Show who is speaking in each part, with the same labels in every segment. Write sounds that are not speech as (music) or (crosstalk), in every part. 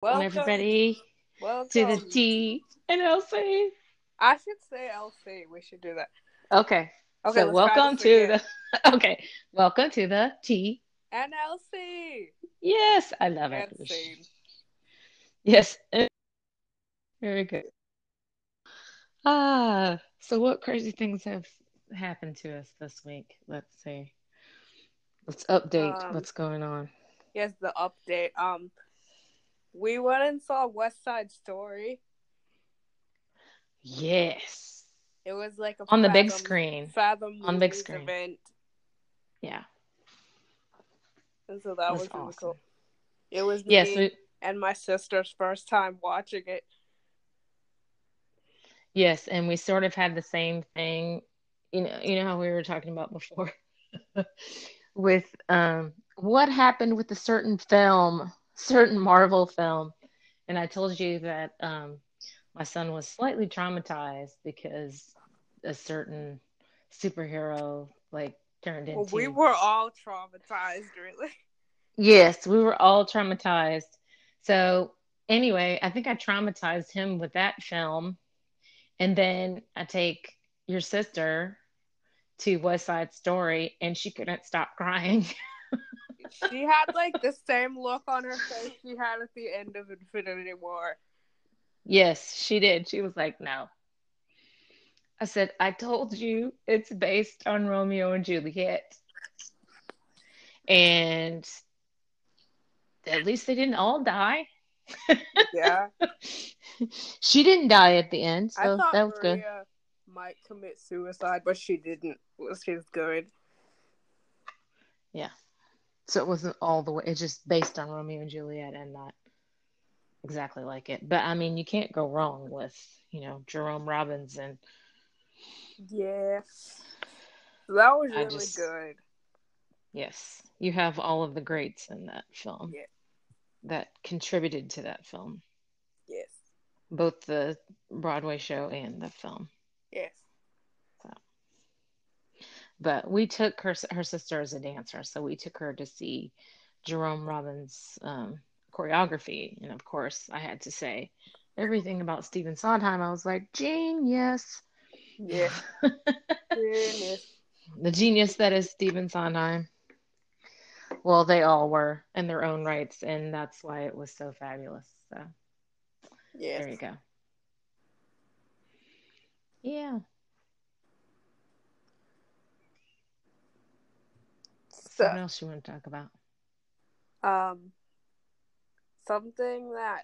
Speaker 1: Welcome,
Speaker 2: everybody
Speaker 1: welcome.
Speaker 2: to the D and LC.
Speaker 1: I should say LC. We should do that.
Speaker 2: Okay.
Speaker 1: Okay,
Speaker 2: so
Speaker 1: let's try
Speaker 2: welcome
Speaker 1: this
Speaker 2: to
Speaker 1: again.
Speaker 2: the (laughs) okay. Welcome to the T.
Speaker 1: and LC.
Speaker 2: Yes, I love it.
Speaker 1: And scene.
Speaker 2: Yes. Very good. Ah, so what crazy things have happened to us this week? Let's see. Let's update
Speaker 1: Um,
Speaker 2: what's going on.
Speaker 1: Yes, the update. Um, we went and saw West Side Story.
Speaker 2: Yes.
Speaker 1: It was like a
Speaker 2: On the big
Speaker 1: Fathom-
Speaker 2: screen.
Speaker 1: Fathom
Speaker 2: On the big
Speaker 1: Movies
Speaker 2: screen.
Speaker 1: event,
Speaker 2: Yeah.
Speaker 1: and so that
Speaker 2: That's
Speaker 1: was really
Speaker 2: awesome.
Speaker 1: cool. It was me
Speaker 2: Yes, we,
Speaker 1: and my sister's first time watching it.
Speaker 2: Yes, and we sort of had the same thing, you know, you know how we were talking about before (laughs) with um what happened with a certain film, certain Marvel film. And I told you that um my son was slightly traumatized because a certain superhero like turned into
Speaker 1: Well, we were all traumatized, really.
Speaker 2: Yes, we were all traumatized. So, anyway, I think I traumatized him with that film. And then I take your sister to West Side Story, and she couldn't stop (laughs) crying.
Speaker 1: she had like the same look on her face she had at the end of Infinity War.
Speaker 2: yes, she did. She was like, no. I said, I told you it's based on Romeo and Juliet. And at least they didn't all die. (laughs)
Speaker 1: Yeah.
Speaker 2: she didn't die at the end,
Speaker 1: I
Speaker 2: so
Speaker 1: thought
Speaker 2: that was
Speaker 1: Maria
Speaker 2: good.
Speaker 1: might commit suicide, but she didn't. Well, She was good.
Speaker 2: So it wasn't all the way. It's just based on Romeo and Juliet and not exactly like it. But I mean, you can't go wrong with, you know, Jerome Robbins and
Speaker 1: Yeah. That was
Speaker 2: I
Speaker 1: really
Speaker 2: just-
Speaker 1: good.
Speaker 2: yes, you have all of the greats in that film
Speaker 1: Yeah.
Speaker 2: that contributed to that film,
Speaker 1: Yes.
Speaker 2: both the Broadway show and the film. (laughs)
Speaker 1: Yes.
Speaker 2: But we took her her sister is a dancer, so we took her to see Jerome Robbins' um, choreography, and of course, I had to say everything about Stephen Sondheim. I was like, genius.
Speaker 1: Yes. Goodness.
Speaker 2: the genius that is Stephen Sondheim. Well, they all were in their own rights, and that's why it was so fabulous. So there
Speaker 1: Yes.
Speaker 2: you go. Yeah.
Speaker 1: So,
Speaker 2: what else you want to talk about?
Speaker 1: um, something that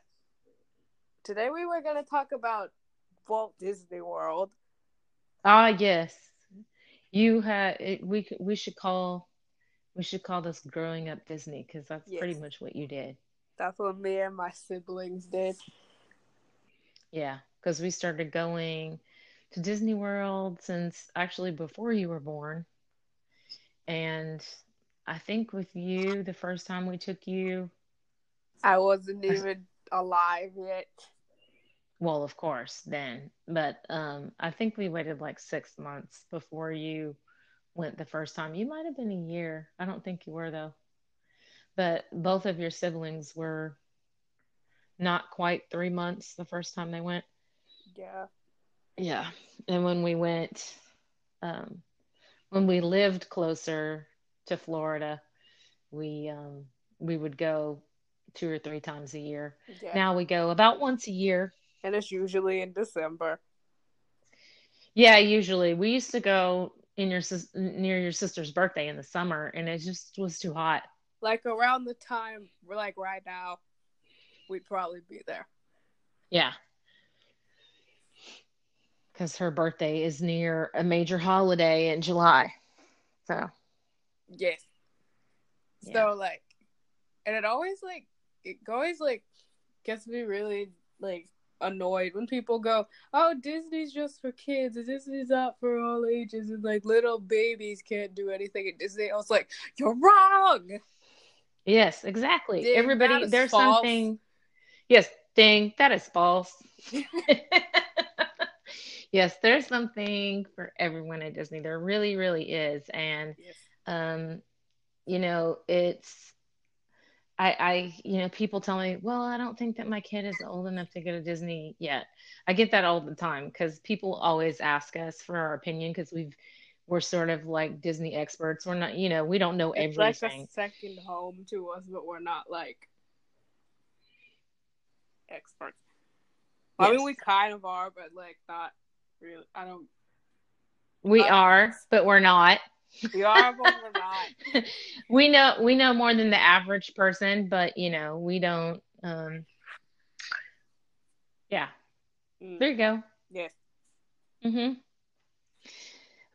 Speaker 1: today we were going to talk about Walt Disney World.
Speaker 2: Ah, yes. You had it, we c- we should call we should call this growing up Disney because that's
Speaker 1: Yes.
Speaker 2: pretty much what you did.
Speaker 1: That's what me and my siblings did.
Speaker 2: Yeah, because we started going to Disney World since actually before you were born. And I think with you, the first time we took you,
Speaker 1: I
Speaker 2: (laughs)
Speaker 1: wasn't
Speaker 2: Or-
Speaker 1: even alive yet.
Speaker 2: well, of course, then, but um, I think we waited like six months before you went the first time. You might have been a year. I don't think you were, though. But both of your siblings were not quite three months the first time they went.
Speaker 1: Yeah.
Speaker 2: Yeah. And when we went, um, when we lived closer to Florida, we um, we would go two or three times a year.
Speaker 1: Yeah.
Speaker 2: Now we go about once a year.
Speaker 1: and it's usually in December.
Speaker 2: Yeah, usually we used to go in your sis- near your sister's birthday in the summer, and it just was too hot.
Speaker 1: Like around the time, we're like right now, we'd probably be there.
Speaker 2: Yeah, because her birthday is near a major holiday in July. So
Speaker 1: Yes.
Speaker 2: Yeah.
Speaker 1: So like, and it always like it always like gets me really like annoyed when people go, "Oh, Disney's just for kids. and Disney's not for all ages, and like little babies can't do anything at Disney." I was like, "You're wrong."
Speaker 2: yes, exactly.
Speaker 1: Ding, that
Speaker 2: Everybody,
Speaker 1: is
Speaker 2: there's
Speaker 1: false.
Speaker 2: something. Yes, ding. That is false. (laughs) yes, there's something for everyone at Disney. There really, really is, and
Speaker 1: Yes.
Speaker 2: um, you know, it's I, I, you know, people tell me, well, I don't think that my kid is old enough to go to Disney yet. I get that all the time because people always ask us for our opinion because we've, we're sort of like Disney experts. We're not, you know, we don't know
Speaker 1: It's like
Speaker 2: everything.
Speaker 1: a second home to us, but we're not like experts. I mean,
Speaker 2: Yes.
Speaker 1: we kind of are, but like not really. I don't.
Speaker 2: we
Speaker 1: uh,
Speaker 2: are, but we're not.
Speaker 1: We are, but
Speaker 2: (laughs)
Speaker 1: we're not.
Speaker 2: we know we know more than the average person, but you know, we don't. Um, yeah,
Speaker 1: Mm,
Speaker 2: there you go.
Speaker 1: Yes.
Speaker 2: hmm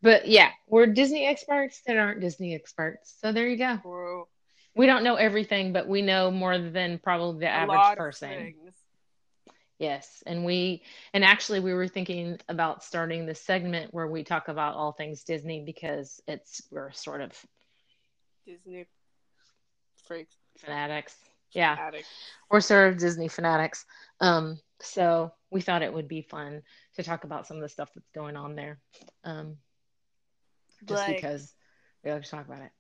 Speaker 2: But yeah, we're Disney experts that aren't Disney experts. So there you go.
Speaker 1: True.
Speaker 2: We don't know everything, but we know more than probably the
Speaker 1: A lot
Speaker 2: average
Speaker 1: of
Speaker 2: person.
Speaker 1: things.
Speaker 2: Yes, and we and actually we were thinking about starting this segment where we talk about all things Disney because it's we're sort of
Speaker 1: Disney freaks
Speaker 2: fanatics. Yeah.
Speaker 1: addict.
Speaker 2: we're sort of Disney fanatics. Um, so we thought it would be fun to talk about some of the stuff that's going on there. Um, just
Speaker 1: Like,
Speaker 2: because we like to talk about it.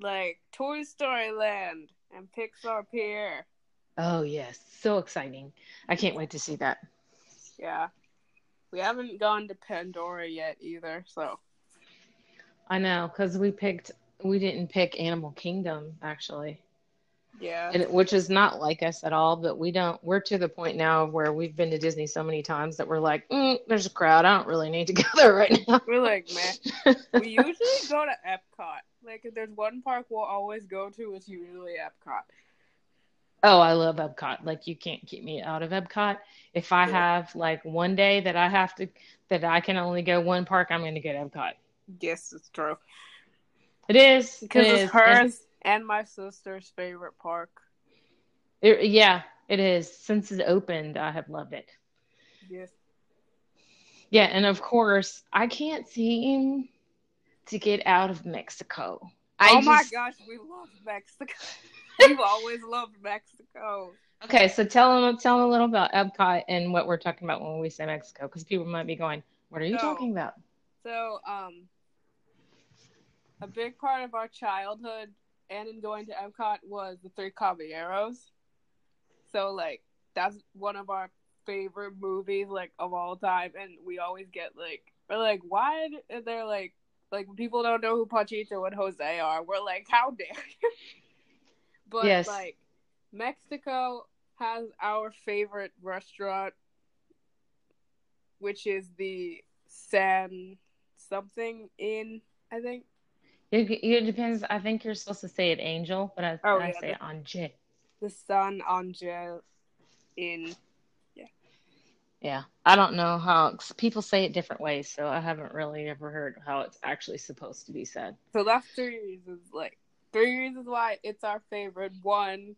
Speaker 1: like Toy Story Land and Pixar Pier.
Speaker 2: Oh yes, so exciting! I can't wait to see that.
Speaker 1: Yeah. We haven't gone to Pandora yet either, so
Speaker 2: I know because we picked we didn't pick Animal Kingdom actually,
Speaker 1: yeah.
Speaker 2: and which is not like us at all. But we don't. We're to the point now where we've been to Disney so many times that we're like, mm, there's a crowd. I don't really need to (laughs) go there right now.
Speaker 1: We're like, man, (laughs) we usually go to Epcot. Like, if there's one park we'll always go to, it's usually Epcot.
Speaker 2: Oh, I love Epcot. Like you can't keep me out of Epcot. If I
Speaker 1: Yeah.
Speaker 2: have like one day that I have to that I can only go one park, I'm going to go to Epcot.
Speaker 1: Yes, it's true.
Speaker 2: It is
Speaker 1: Because
Speaker 2: it
Speaker 1: it's
Speaker 2: is.
Speaker 1: hers and my sister's favorite park.
Speaker 2: It- it- yeah, it is. Since it opened, I have loved it.
Speaker 1: Yes.
Speaker 2: Yeah, and of course, I can't seem to get out of Mexico. I
Speaker 1: oh my
Speaker 2: just-
Speaker 1: gosh, we love Mexico. (laughs) We've always loved Mexico.
Speaker 2: Okay, so tell them tell them a little about Epcot and what we're talking about when we say Mexico, because people might be going, "What are you
Speaker 1: So-
Speaker 2: talking about?"
Speaker 1: So, um, a big part of our childhood and in going to Epcot was the Three Caballeros. So, like, that's one of our favorite movies, like, of all time. And we always get, like, we're like, why are there, like, like, people don't know who Pachito and Jose are. We're like, how dare you? (laughs) but,
Speaker 2: Yes.
Speaker 1: like, Mexico has our favorite restaurant, which is the San something in, I think.
Speaker 2: It, it depends. I think you're supposed to say it angel, but I,
Speaker 1: Oh,
Speaker 2: I
Speaker 1: yeah,
Speaker 2: say Anjé.
Speaker 1: the San Angel in
Speaker 2: Yeah, I don't know how 'cause people say it different ways, so I haven't really ever heard how it's actually supposed to be said.
Speaker 1: so that's three reasons like three reasons why it's our favorite one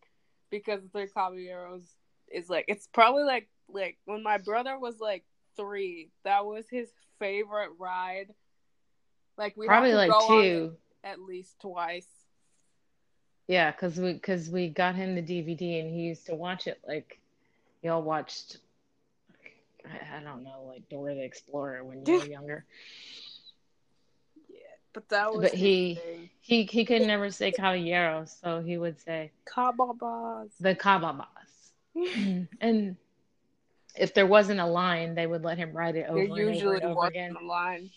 Speaker 1: because the three caballeros is like it's probably like like when my brother was like three that was his favorite ride like we
Speaker 2: Probably
Speaker 1: had to
Speaker 2: like
Speaker 1: go on
Speaker 2: two.
Speaker 1: it at least twice
Speaker 2: Yeah, because we because we got him the DVD and he used to watch it like y'all watched. I I don't know, like Dora the Explorer when you were younger.
Speaker 1: but that was
Speaker 2: But
Speaker 1: his
Speaker 2: he-
Speaker 1: thing.
Speaker 2: He he could never say Caballero, so he would say
Speaker 1: Cababas.
Speaker 2: the Cababas. and if there wasn't a line, they would let him write it over
Speaker 1: there
Speaker 2: and over and
Speaker 1: usually
Speaker 2: over
Speaker 1: wasn't
Speaker 2: again.
Speaker 1: a line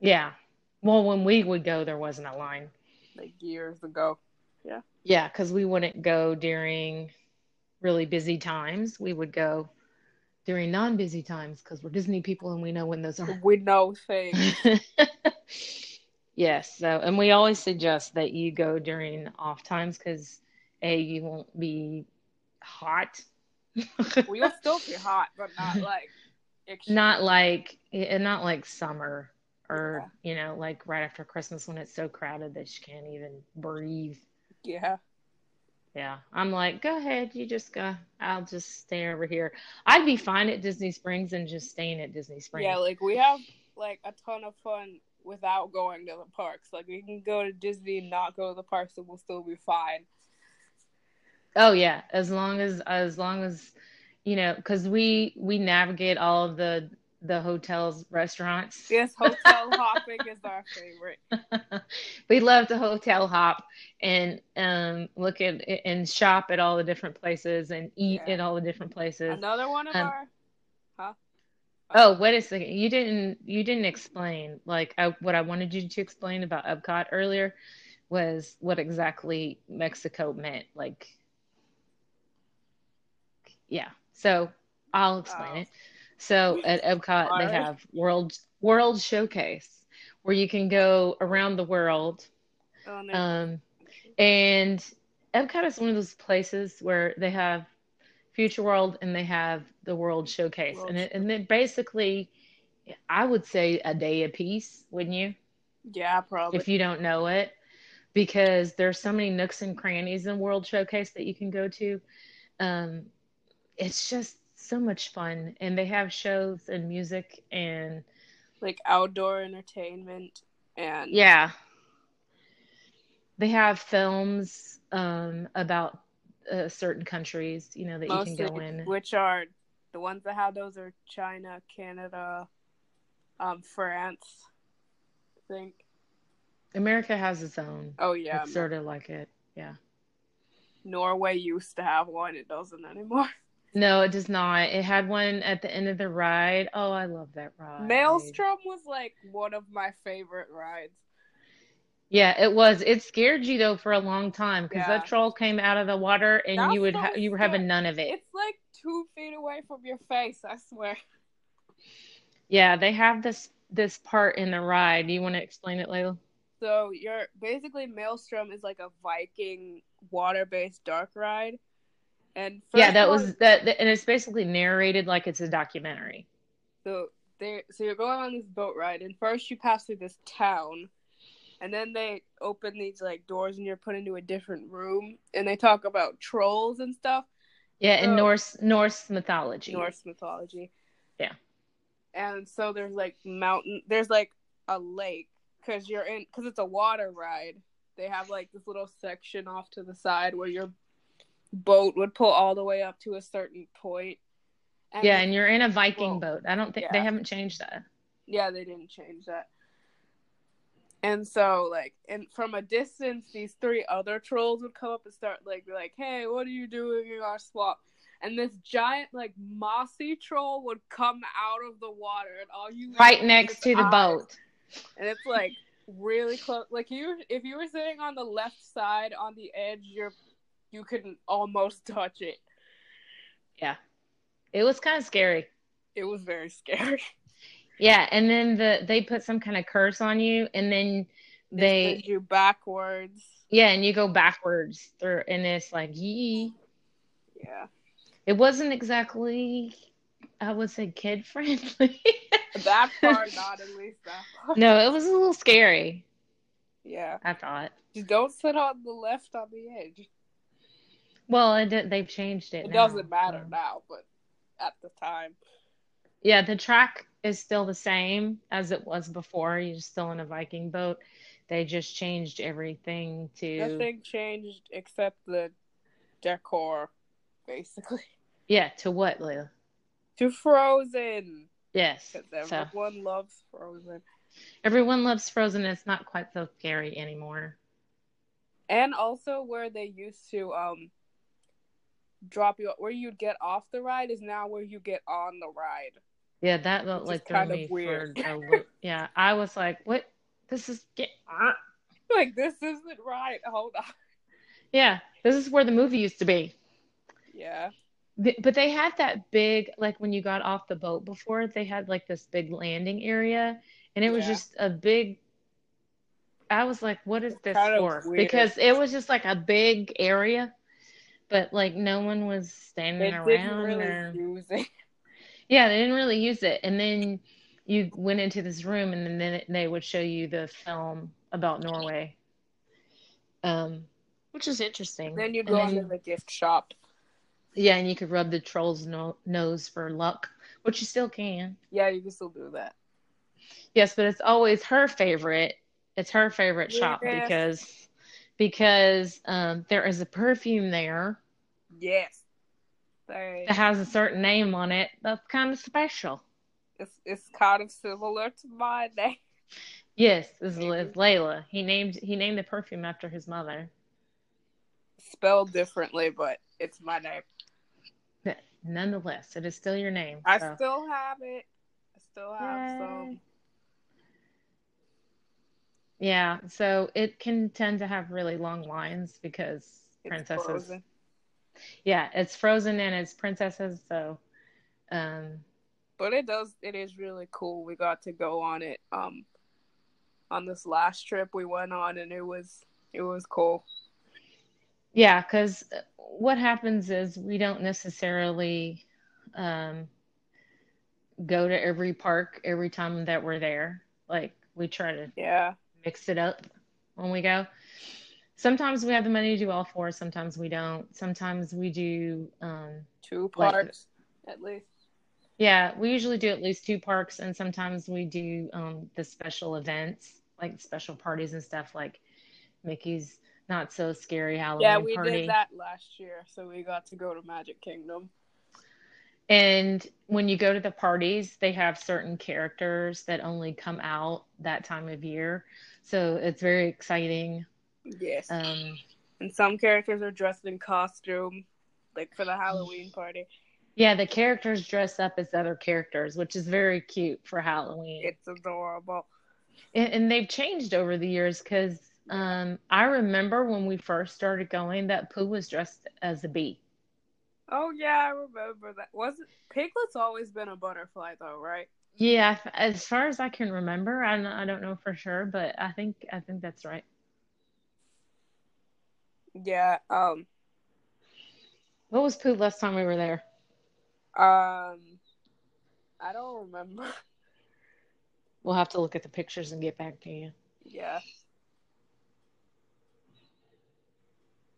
Speaker 2: Yeah. Well, when we would go, there wasn't a line.
Speaker 1: like years ago
Speaker 2: Yeah, because we wouldn't go during really busy times. We would go during non busy times because we're Disney people and we know when those are. (laughs)
Speaker 1: we know things
Speaker 2: yes. So, and we always suggest that you go during off times because A, you won't be hot.
Speaker 1: we will still be hot but not like extreme.
Speaker 2: not like and not like summer or you know like right after christmas when it's so crowded that you can't even breathe
Speaker 1: yeah
Speaker 2: yeah i'm like go ahead you just go i'll just stay over here i'd be fine at disney springs and just staying at disney springs
Speaker 1: Yeah, like we have like a ton of fun without going to the parks. Like we can go to Disney and not go to the parks and we'll still be fine.
Speaker 2: oh yeah as long as as long as you know because we we navigate all of the the hotels, restaurants.
Speaker 1: Yes, (laughs) hotel hopping is our favorite.
Speaker 2: (laughs) we love to hotel hop and um, look at and shop at all the different places and eat
Speaker 1: Yeah.
Speaker 2: at all the different places.
Speaker 1: Another one of
Speaker 2: Um,
Speaker 1: our. Huh?
Speaker 2: Oh, wait a second. You didn't you didn't explain like I, what I wanted you to explain about Epcot earlier was what exactly Mexico meant. Like, yeah. So I'll explain
Speaker 1: Oh.
Speaker 2: it. So at Epcot
Speaker 1: All
Speaker 2: they
Speaker 1: right.
Speaker 2: have World World Showcase where you can go around the world.
Speaker 1: Oh, no.
Speaker 2: Um, and Epcot is one of those places where they have Future World and they have the World Showcase,
Speaker 1: World
Speaker 2: and it, and then basically, I would say a day apiece, wouldn't you?
Speaker 1: yeah, probably.
Speaker 2: If you don't know it, because there's so many nooks and crannies in World Showcase that you can go to. Um, it's just so much fun, and they have shows and music and
Speaker 1: like outdoor entertainment and
Speaker 2: Yeah. They have films um, about uh, certain countries, you know, that
Speaker 1: mostly
Speaker 2: you can go in.
Speaker 1: which are the ones that have those are China, Canada, um, France. I think.
Speaker 2: America has its own.
Speaker 1: Oh yeah,
Speaker 2: it's sort of like it. Yeah.
Speaker 1: Norway used to have one. It doesn't anymore. (laughs)
Speaker 2: No, it does not. It had one at the end of the ride. Oh, I love that ride.
Speaker 1: Maelstrom was like one of my favorite rides.
Speaker 2: Yeah, it was. It scared you though for a long time because
Speaker 1: Yeah.
Speaker 2: that troll came out of the water and
Speaker 1: That's
Speaker 2: you would
Speaker 1: so
Speaker 2: ha- you were
Speaker 1: scary.
Speaker 2: having none of it.
Speaker 1: It's like two feet away from your face. I swear.
Speaker 2: Yeah, they have this this part in the ride. Do you want to explain it, Layla?
Speaker 1: So you're basically Maelstrom is like a Viking water-based dark ride, and
Speaker 2: yeah,
Speaker 1: first
Speaker 2: that
Speaker 1: of all,
Speaker 2: was that, that- and it's basically narrated like it's a documentary.
Speaker 1: So they so you're going on this boat ride, and first you pass through this town, and then they open these like doors, and you're put into a different room, and they talk about trolls and stuff,
Speaker 2: Yeah, in
Speaker 1: Oh.
Speaker 2: Norse Norse mythology.
Speaker 1: Norse mythology.
Speaker 2: Yeah.
Speaker 1: And so there's like mountain, there's like a lake because you're in because it's a water ride. They have like this little section off to the side where your boat would pull all the way up to a certain point. And
Speaker 2: yeah, and you're in a Viking
Speaker 1: Well,
Speaker 2: boat. I don't think they
Speaker 1: yeah.
Speaker 2: haven't changed that.
Speaker 1: Yeah, they didn't change that. And so, like, and from a distance, these three other trolls would come up and start like, be like, "Hey, what are you doing in our swamp?" And this giant, like, mossy troll would come out of the water, and all you
Speaker 2: Right
Speaker 1: see
Speaker 2: next
Speaker 1: is
Speaker 2: to the
Speaker 1: eyes.
Speaker 2: boat.
Speaker 1: and it's like really close. Like you, if you were sitting on the left side on the edge, you're you could almost touch it.
Speaker 2: It was kind of scary.
Speaker 1: It was very scary.
Speaker 2: Yeah, and then the they put some kind of curse on you, and then
Speaker 1: it
Speaker 2: they
Speaker 1: sends you backwards.
Speaker 2: yeah, and you go backwards through, and it's like yee.
Speaker 1: Yeah,
Speaker 2: It wasn't exactly, I would say, kid (laughs) friendly.
Speaker 1: that
Speaker 2: (laughs)
Speaker 1: part, not at least that part.
Speaker 2: no, it was a little scary.
Speaker 1: Yeah.
Speaker 2: I thought.
Speaker 1: Just don't sit on the left on the edge.
Speaker 2: Well, it, did- they've changed it.
Speaker 1: It
Speaker 2: now,
Speaker 1: doesn't matter
Speaker 2: so.
Speaker 1: now, but at the time,
Speaker 2: Yeah, the track is still the same as it was before. You're still in a Viking boat. They just changed everything to
Speaker 1: nothing changed except the decor, basically. (laughs)
Speaker 2: yeah to what, Leila?
Speaker 1: To Frozen,
Speaker 2: Yes.
Speaker 1: because
Speaker 2: So
Speaker 1: everyone loves Frozen,
Speaker 2: everyone loves Frozen. It's not quite so scary anymore.
Speaker 1: and also where they used to um drop you where you'd get off the ride is now where you get on the ride. (laughs)
Speaker 2: Yeah, that
Speaker 1: Which
Speaker 2: looked
Speaker 1: is
Speaker 2: like threw
Speaker 1: kind of
Speaker 2: me
Speaker 1: weird.
Speaker 2: for a loop. yeah. I was like, what? This is get-
Speaker 1: Uh.
Speaker 2: ah.
Speaker 1: Like this isn't right. Hold on.
Speaker 2: yeah. This is where the movie used to be.
Speaker 1: Yeah,
Speaker 2: Th- But they had that big, like when you got off the boat before, they had like this big landing area, and it was
Speaker 1: Yeah.
Speaker 2: just a big. I was like, "What is this
Speaker 1: Kind of
Speaker 2: for?"
Speaker 1: weird.
Speaker 2: Because it was just like a big area, but like no one was
Speaker 1: they
Speaker 2: standing
Speaker 1: didn't
Speaker 2: around.
Speaker 1: really
Speaker 2: or...
Speaker 1: use it.
Speaker 2: Yeah, they didn't really use it. And then you went into this room, and then it- they would show you the film about Norway, um, which is interesting.
Speaker 1: Then you'd
Speaker 2: And
Speaker 1: go
Speaker 2: then-
Speaker 1: into the gift shop.
Speaker 2: yeah, and you could rub the troll's no- nose for luck, which you still can.
Speaker 1: Yeah, you can still do that.
Speaker 2: Yes, but it's always her favorite. It's her favorite shop
Speaker 1: Yes.
Speaker 2: because because um, there is a perfume there
Speaker 1: Yes. Sorry.
Speaker 2: that has a certain name on it that's kind of special.
Speaker 1: It's it's kind of similar to my (laughs) name.
Speaker 2: Yes, it's, it's Layla. He named he named the perfume after his mother.
Speaker 1: Spelled differently, but it's my name.
Speaker 2: But nonetheless, it is still your name.
Speaker 1: I
Speaker 2: so-
Speaker 1: still have it. I still have some.
Speaker 2: Yay. Yeah, so it can tend to have really long lines because
Speaker 1: It's
Speaker 2: princesses.
Speaker 1: frozen.
Speaker 2: Yeah, it's frozen and it's princesses, so um
Speaker 1: But it does it is really cool. We got to go on it um on this last trip we went on and it was it was cool.
Speaker 2: yeah, cuz what happens is we don't necessarily um go to every park every time that we're there. Like we try to
Speaker 1: Yeah.
Speaker 2: mix it up when we go. Sometimes we have the money to do all four, sometimes we don't. Sometimes we do um
Speaker 1: Two
Speaker 2: Like-
Speaker 1: parts at least.
Speaker 2: Yeah, we usually do at least two parks, and sometimes we do um, the special events, like special parties and stuff, like Mickey's Not So Scary Halloween
Speaker 1: Yeah, we
Speaker 2: party.
Speaker 1: did that last year, so we got to go to Magic Kingdom.
Speaker 2: And when you go to the parties, they have certain characters that only come out that time of year, so it's very exciting.
Speaker 1: Yes.
Speaker 2: Um,
Speaker 1: and some characters are dressed in costume, like for the Halloween party.
Speaker 2: yeah, the characters dress up as other characters, which is very cute for Halloween.
Speaker 1: It's adorable.
Speaker 2: And, and they've changed over the years because um, I remember when we first started going that Pooh was dressed as a bee.
Speaker 1: Oh yeah, I remember that. Wasn't Piglet's always been a butterfly though, right?
Speaker 2: Yeah, I- as far as I can remember, I, don't- I don't know for sure, but I think I think that's right.
Speaker 1: Yeah. Um.
Speaker 2: What was Pooh last time we were there?
Speaker 1: Um. I don't remember. (laughs)
Speaker 2: We'll have to look at the pictures and get back to you.
Speaker 1: yeah.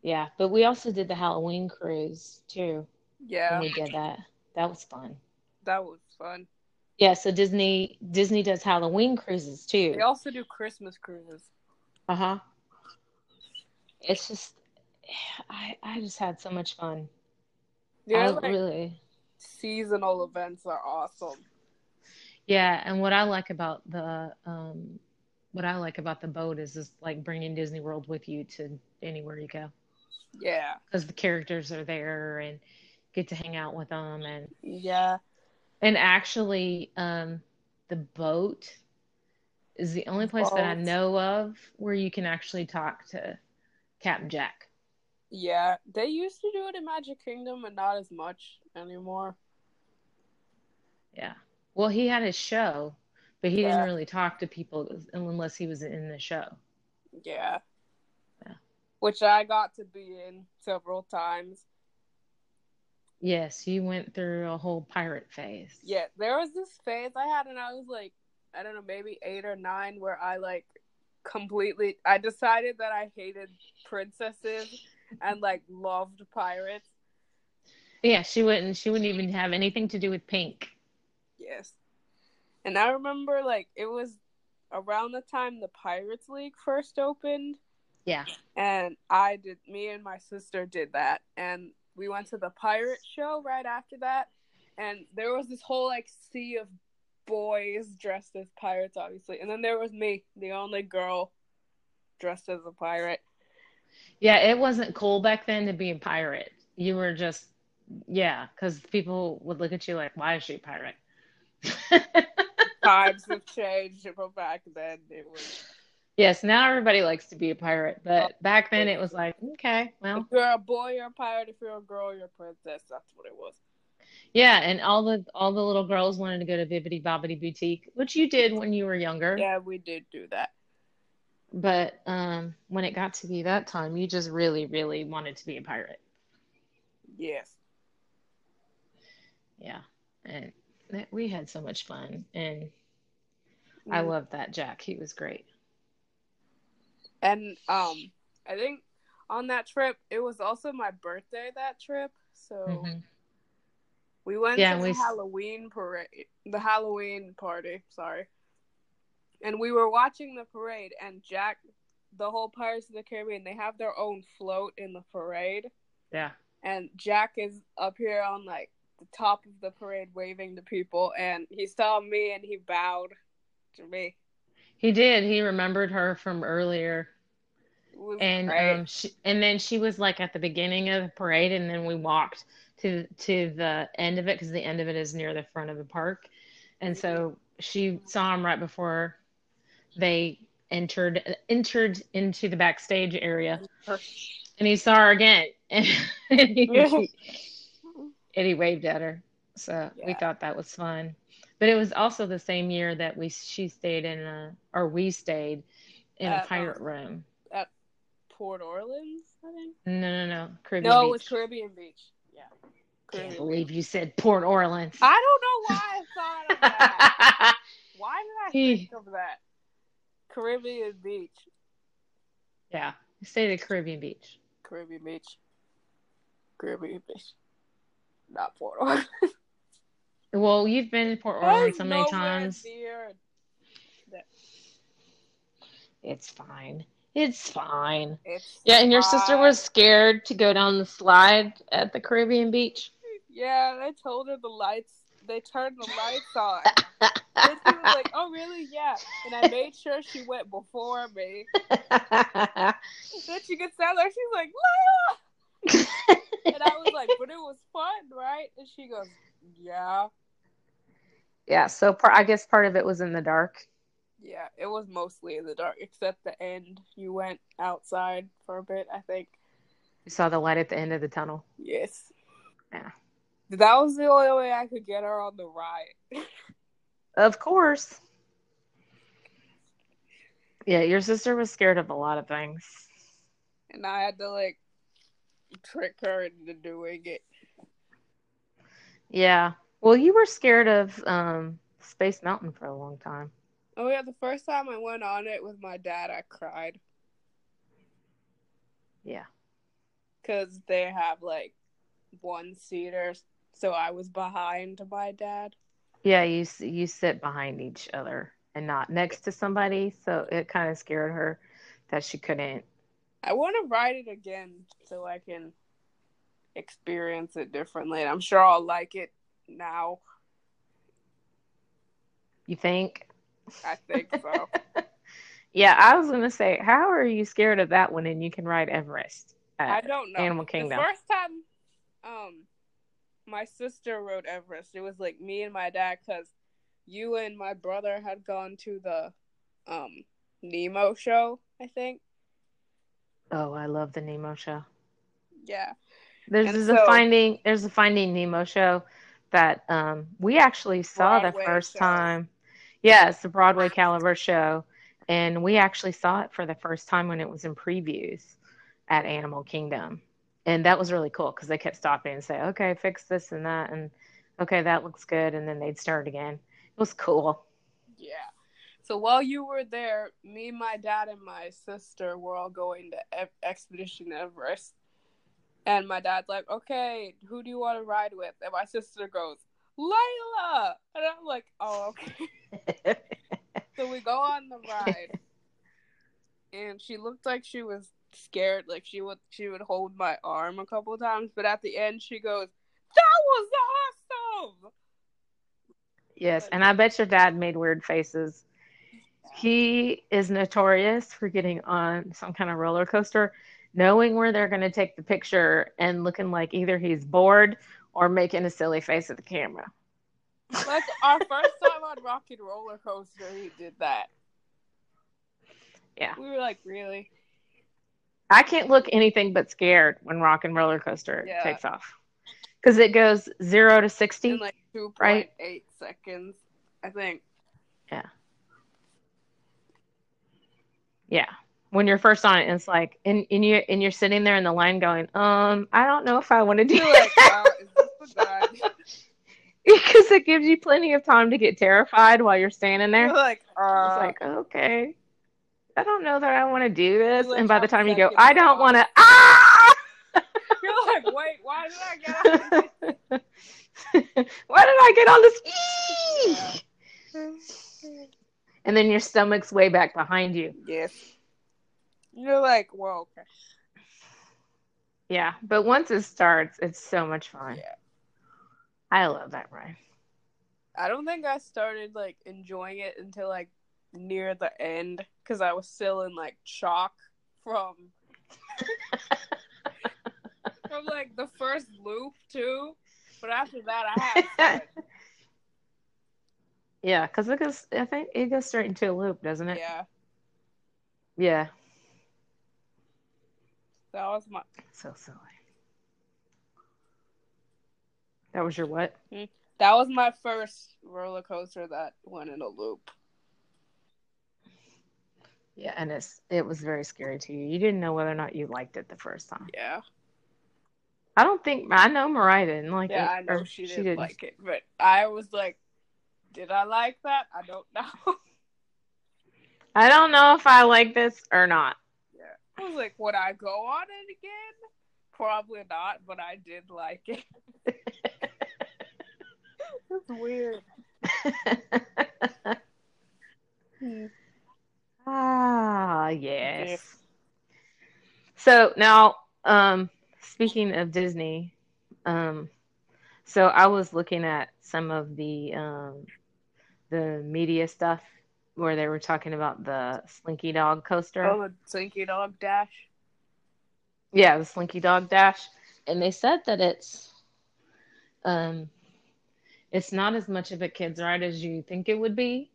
Speaker 2: Yeah, but we also did the Halloween cruise too
Speaker 1: Yeah.
Speaker 2: when we did that. That was fun.
Speaker 1: That was fun.
Speaker 2: Yeah, so Disney Disney does Halloween cruises too.
Speaker 1: They also do Christmas cruises.
Speaker 2: Uh
Speaker 1: Uh-huh.
Speaker 2: huh. It's just, I I just had so much fun.
Speaker 1: Yeah.
Speaker 2: I
Speaker 1: like
Speaker 2: really.
Speaker 1: seasonal events are awesome.
Speaker 2: Yeah, and what I like about the um, what I like about the boat is just like bringing Disney World with you to anywhere you go
Speaker 1: Yeah.
Speaker 2: because the characters are there and get to hang out with them and
Speaker 1: Yeah.
Speaker 2: and actually um, the boat is the only place that I
Speaker 1: Boat.
Speaker 2: know of where you can actually talk to Captain Jack.
Speaker 1: Yeah. They used to do it in Magic Kingdom, and not as much anymore.
Speaker 2: Yeah. Well, he had his show, but he
Speaker 1: Yeah.
Speaker 2: didn't really talk to people unless he was in the show.
Speaker 1: Yeah.
Speaker 2: Yeah.
Speaker 1: Which I got to be in several times.
Speaker 2: Yes, you went through a whole pirate phase.
Speaker 1: Yeah, there was this phase I had, and I was like, I don't know, maybe eight or nine, where I like completely, I decided that I hated princesses and like loved pirates.
Speaker 2: Yeah, she wouldn't she wouldn't even have anything to do with pink.
Speaker 1: Yes. And I remember like it was around the time the Pirates League first opened.
Speaker 2: Yeah.
Speaker 1: And I did, me and my sister did that. And we went to the pirate show right after that. And there was this whole like sea of boys dressed as pirates, obviously. And then there was me, the only girl dressed as a pirate.
Speaker 2: Yeah, it wasn't cool back then to be a pirate. You were just yeah, cuz people would look at you like why is she a pirate? (laughs)
Speaker 1: Times have changed, but back then it was,
Speaker 2: yes, now everybody likes to be a pirate,
Speaker 1: Oh.
Speaker 2: but back then it was like, okay,
Speaker 1: if
Speaker 2: well,
Speaker 1: you're a boy, you're a pirate. If you're a girl, you're a princess. That's what it was.
Speaker 2: yeah, and all the all the little girls wanted to go to Bibbidi Bobbidi Boutique, which you did when you were younger.
Speaker 1: Yeah, we did do that.
Speaker 2: But um, when it got to be that time, you just really, really wanted to be a pirate.
Speaker 1: Yes.
Speaker 2: Yeah. And that, we had so much fun. And I
Speaker 1: Mm.
Speaker 2: love that Jack. He was great.
Speaker 1: And um, I think on that trip, it was also my birthday that trip, so
Speaker 2: Mhm.
Speaker 1: we went
Speaker 2: Yeah,
Speaker 1: to
Speaker 2: we
Speaker 1: the
Speaker 2: s-
Speaker 1: Halloween parade, the Halloween party. Sorry, and we were watching the parade, and Jack, the whole Pirates of the Caribbean, they have their own float in the parade,
Speaker 2: Yeah.
Speaker 1: and Jack is up here on like the top of the parade waving to people, and he saw me and he bowed to me.
Speaker 2: He did. He remembered her from earlier.
Speaker 1: It was
Speaker 2: and
Speaker 1: great.
Speaker 2: um, she, and then she was like at the beginning of the parade, and then we walked to to the end of it because the end of it is near the front of the park, and so she saw him right before they entered entered into the backstage area, and he saw her again, (laughs) and he, and he waved at her. So we
Speaker 1: Yeah.
Speaker 2: thought that was fun, but it was also the same year that we she stayed in a or we stayed in
Speaker 1: At,
Speaker 2: a
Speaker 1: um,
Speaker 2: pirate room.
Speaker 1: Port Orleans, I think.
Speaker 2: No, no, no. Caribbean
Speaker 1: No, it was
Speaker 2: Beach.
Speaker 1: Caribbean Beach. Yeah.
Speaker 2: Can't
Speaker 1: Caribbean Beach.
Speaker 2: believe you said Port Orleans.
Speaker 1: I don't know why I thought of that. why did I
Speaker 2: he,
Speaker 1: think of that? Caribbean Beach.
Speaker 2: (laughs) yeah, he stayed at Caribbean Beach.
Speaker 1: Caribbean Beach. Caribbean Beach. Not Port (laughs) Orleans.
Speaker 2: Well, you've been to Port Orleans so many
Speaker 1: Nowhere
Speaker 2: times.
Speaker 1: near that.
Speaker 2: It's fine. It's fine.
Speaker 1: It's
Speaker 2: Yeah, and your sister
Speaker 1: fine.
Speaker 2: was scared to go down the slide at the Caribbean Beach.
Speaker 1: Yeah, and I told her the lights. They turned the lights on. and she was like, "Oh, really? Yeah." And I made sure she went before me. Then she gets down there. She's like, "Layla,"
Speaker 2: (laughs)
Speaker 1: and I was like, "But it was fun, right?" And she goes, "Yeah,
Speaker 2: (laughs) yeah, so par- I guess part of it was in the dark.
Speaker 1: yeah." It was mostly in the dark, except the end. You went outside for a bit, I think.
Speaker 2: You saw the light at the end of the tunnel.
Speaker 1: Yes.
Speaker 2: Yeah.
Speaker 1: That was the only way I could get her on the ride.
Speaker 2: Of course. Yeah, your sister was scared of a lot of things.
Speaker 1: and I had to like trick her into doing it.
Speaker 2: Yeah. Well, you were scared of um, Space Mountain for a long time.
Speaker 1: Oh yeah, the first time I went on it with my dad, I cried
Speaker 2: Yeah.
Speaker 1: because they have like one seater, so I was behind my dad.
Speaker 2: Yeah, you s- you sit behind each other and not next to somebody, so it kind of scared her that she couldn't.
Speaker 1: I want to ride it again so I can experience it differently. And I'm sure I'll like it now.
Speaker 2: You think?
Speaker 1: I think so.
Speaker 2: (laughs) Yeah, I was gonna say, how are you scared of that one and you can ride Everest?
Speaker 1: I
Speaker 2: at
Speaker 1: don't know.
Speaker 2: Animal Kingdom.
Speaker 1: The first time, um, my sister rode Everest. It was like me and my dad because you and my brother had gone to the um Nemo show. I think.
Speaker 2: oh, I love the Nemo show.
Speaker 1: Yeah.
Speaker 2: There's,
Speaker 1: And
Speaker 2: there's a
Speaker 1: so-
Speaker 2: finding. There's a Finding Nemo show that um, we actually saw
Speaker 1: Broadway
Speaker 2: the first
Speaker 1: show.
Speaker 2: time. Yeah, it's the Broadway caliber show, and we actually saw it for the first time when it was in previews at Animal Kingdom, and that was really cool because they kept stopping and say, "Okay, fix this and that," and "Okay, that looks good," and then they'd start again. It was cool. (laughs)
Speaker 1: Yeah. So while you were there, me, my dad, and my sister were all going to Ev- Expedition Everest. And my dad's like, okay, who do you want to ride with? And my sister goes, Layla! And I'm like, oh, okay. So we go on the
Speaker 2: (laughs)
Speaker 1: ride, and she looked like she was scared. Like she would she would hold my arm a couple times, but at the end she goes, "That was awesome!"
Speaker 2: Yes, and I bet your dad made weird faces. He is notorious for getting on some kind of roller coaster, knowing where they're going to take the picture and looking like either he's bored or making a silly face at the camera.
Speaker 1: Like our
Speaker 2: (laughs)
Speaker 1: first time on Rocky Roller Coaster, he did that.
Speaker 2: Yeah.
Speaker 1: we were like, really?
Speaker 2: I can't look anything but scared when Rock and Roller Coaster
Speaker 1: Yeah.
Speaker 2: takes off because it goes zero to 60.
Speaker 1: In like two point
Speaker 2: Right.
Speaker 1: eight seconds, I
Speaker 2: (laughs)
Speaker 1: think.
Speaker 2: yeah. When you're first on it, it's like, and, and, you, and you're sitting there in the line going, um, I don't know if I want to do
Speaker 1: You're
Speaker 2: it.
Speaker 1: like, wow, is this the guy?
Speaker 2: because it (laughs) gives you plenty of time to get terrified while you're standing
Speaker 1: (laughs)
Speaker 2: there.
Speaker 1: You're like,
Speaker 2: It's
Speaker 1: uh, (laughs)
Speaker 2: like, okay, I don't know that I want to do this.
Speaker 1: Like
Speaker 2: and by
Speaker 1: how
Speaker 2: the time you go,
Speaker 1: second
Speaker 2: I
Speaker 1: thought.
Speaker 2: don't want to. Ah! (laughs)
Speaker 1: you're like, wait, why did I get
Speaker 2: Why
Speaker 1: out? of
Speaker 2: (laughs) did I get on this? Eek! (laughs)
Speaker 1: this?"
Speaker 2: And then your stomach's way back behind you.
Speaker 1: Yes. You're like, well, okay.
Speaker 2: Yeah, but once it starts, it's so much fun.
Speaker 1: Yeah.
Speaker 2: I love that
Speaker 1: (laughs)
Speaker 2: rhyme.
Speaker 1: I don't think I started like enjoying it until like near the end because I was still in like shock from (laughs) from like the first loop too. But after that, I (laughs) had fun.
Speaker 2: Yeah, because it goes. I think it goes straight into a loop, doesn't it?
Speaker 1: yeah.
Speaker 2: Yeah.
Speaker 1: That was my.
Speaker 2: So silly. That was your what?
Speaker 1: That was my first roller coaster that went in a loop.
Speaker 2: Yeah, and it's it was very scary to you. You didn't know whether or not you liked it the first time.
Speaker 1: Yeah,
Speaker 2: I don't think I know Mariah didn't like
Speaker 1: yeah,
Speaker 2: it.
Speaker 1: I know
Speaker 2: or
Speaker 1: she didn't, like it, but I was like, "Did I like that? I don't (laughs) know."
Speaker 2: I don't know if I like this or
Speaker 1: (laughs)
Speaker 2: not.
Speaker 1: yeah, I was like, "Would I go on it again?" Probably not, but I did like it. (laughs) That's weird. Hmm.
Speaker 2: ah, yes. So now, um, speaking of Disney, um, so I was looking at some of the um, the media stuff where they were talking about the Slinky Dog coaster.
Speaker 1: Oh, the Slinky Dog Dash.
Speaker 2: Yeah, the Slinky Dog Dash, and they said that it's, um, it's not as much of a kids ride as you think it would be.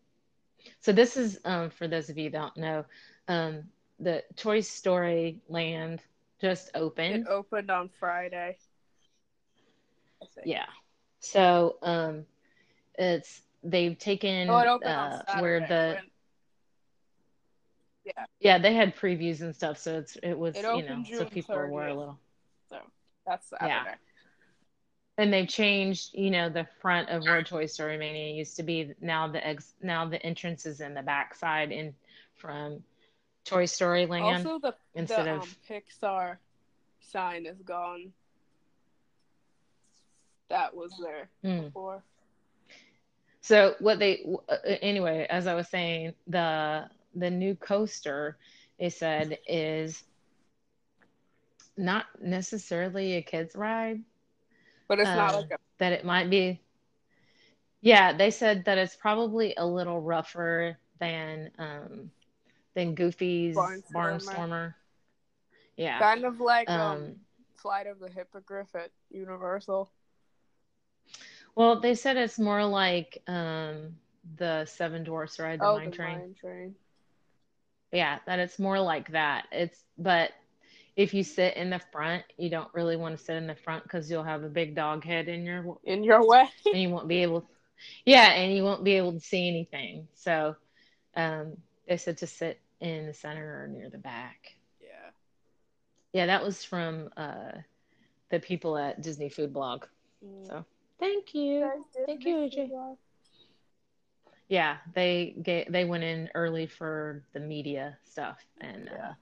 Speaker 2: So this is um, for those of you that don't know, um, the Toy Story Land just opened.
Speaker 1: It opened on Friday. I think.
Speaker 2: yeah, so um, it's they've taken
Speaker 1: Oh, it opened on
Speaker 2: uh,
Speaker 1: Saturday.
Speaker 2: where the
Speaker 1: when- yeah,
Speaker 2: yeah they had previews and stuff, so it's it was
Speaker 1: It
Speaker 2: you
Speaker 1: opened
Speaker 2: know so
Speaker 1: June
Speaker 2: people were a
Speaker 1: 30th.
Speaker 2: little
Speaker 1: that's Saturday.
Speaker 2: Yeah. and they've changed you know the front of where toy story mania used to be now the ex now the entrance is in the backside in from toy story land
Speaker 1: Also, the
Speaker 2: instead
Speaker 1: the
Speaker 2: of-
Speaker 1: um, Pixar sign is gone. That was there
Speaker 2: Mm.
Speaker 1: before.
Speaker 2: so what they w- uh, anyway as i was saying the the new coaster they said is not necessarily a kids ride
Speaker 1: But it's not
Speaker 2: Uh,
Speaker 1: like a
Speaker 2: that it might be yeah they said that it's probably a little rougher than um than goofy's
Speaker 1: Barnstormer.
Speaker 2: barnstormer, yeah
Speaker 1: kind of like um,
Speaker 2: um
Speaker 1: Flight of the Hippogriff at Universal.
Speaker 2: well they said it's more like um the seven dwarfs ride the
Speaker 1: oh,
Speaker 2: mine
Speaker 1: the
Speaker 2: train
Speaker 1: Mine Train.
Speaker 2: yeah that it's more like that it's but if you sit in the front you don't really want to sit in the front because you'll have a big dog head in your
Speaker 1: In your
Speaker 2: (laughs)
Speaker 1: way.
Speaker 2: and you won't be able yeah and you won't be able to see anything so um they said to sit in the center or near the back
Speaker 1: yeah.
Speaker 2: yeah that was from uh the people at disney food blog
Speaker 1: Mm.
Speaker 2: so thank you Thank you, AJ. yeah they ga- they went in early for the media stuff and uh,
Speaker 1: Yeah.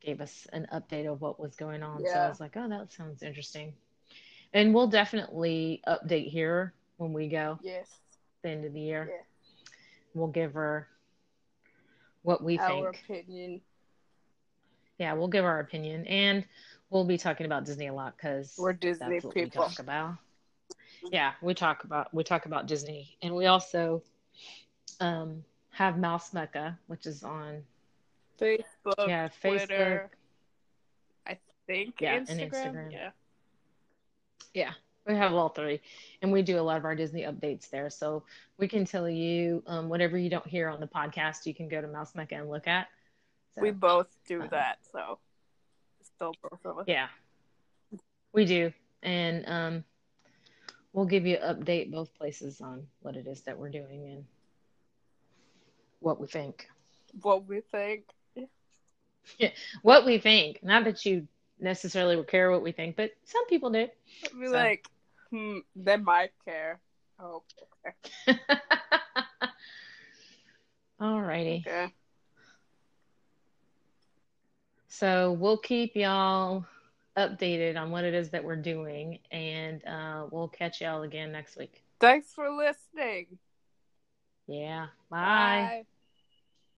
Speaker 2: gave us an update of what was going on so i
Speaker 1: Yeah.
Speaker 2: was like oh that sounds interesting and we'll definitely update here when we go
Speaker 1: Yes.
Speaker 2: the end of the year.
Speaker 1: Yeah.
Speaker 2: We'll give her what we
Speaker 1: Our
Speaker 2: think.
Speaker 1: opinion.
Speaker 2: Yeah, we'll give our opinion, and we'll be talking about Disney a lot because
Speaker 1: We're Disney
Speaker 2: that's what we
Speaker 1: people.
Speaker 2: talk about. Yeah, we talk about we talk about Disney, and we also um, have Mouse Mecca, which is on
Speaker 1: Facebook,
Speaker 2: yeah
Speaker 1: Twitter,
Speaker 2: Facebook.
Speaker 1: I think
Speaker 2: Yeah, and
Speaker 1: Instagram.
Speaker 2: Instagram.
Speaker 1: Yeah.
Speaker 2: We have all three, and we do a lot of our Disney updates there. So we can tell you um, whatever you don't hear on the podcast, you can go to Mouse Mecca and look at. So,
Speaker 1: We both do
Speaker 2: um,
Speaker 1: that, so it's still both of us.
Speaker 2: Yeah, we do, and um, we'll give you an update both places on what it is that we're doing and what we think.
Speaker 1: What we think.
Speaker 2: What we think, not that you necessarily would care what we think, but some people do. (laughs)
Speaker 1: I'd be
Speaker 2: So.
Speaker 1: like, hmm, they might care. Oh,
Speaker 2: Alrighty,
Speaker 1: okay.
Speaker 2: so we'll keep y'all updated on what it is that we're doing, and uh, we'll catch y'all again next week.
Speaker 1: Thanks for listening.
Speaker 2: Yeah, bye.
Speaker 1: Bye.